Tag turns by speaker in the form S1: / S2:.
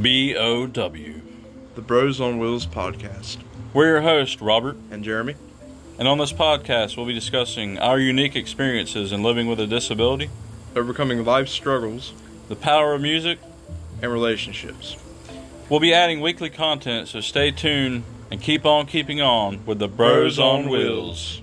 S1: B O W.
S2: the Bros on Wheels podcast.
S1: We're your host, Robert,
S2: And Jeremy,
S1: and on this podcast, we'll be discussing our unique experiences in living with a disability,
S2: overcoming life struggles
S1: the power of music.
S2: and relationships.
S1: We'll be adding weekly content, so stay tuned and keep on keeping on with the Bros on Wheels.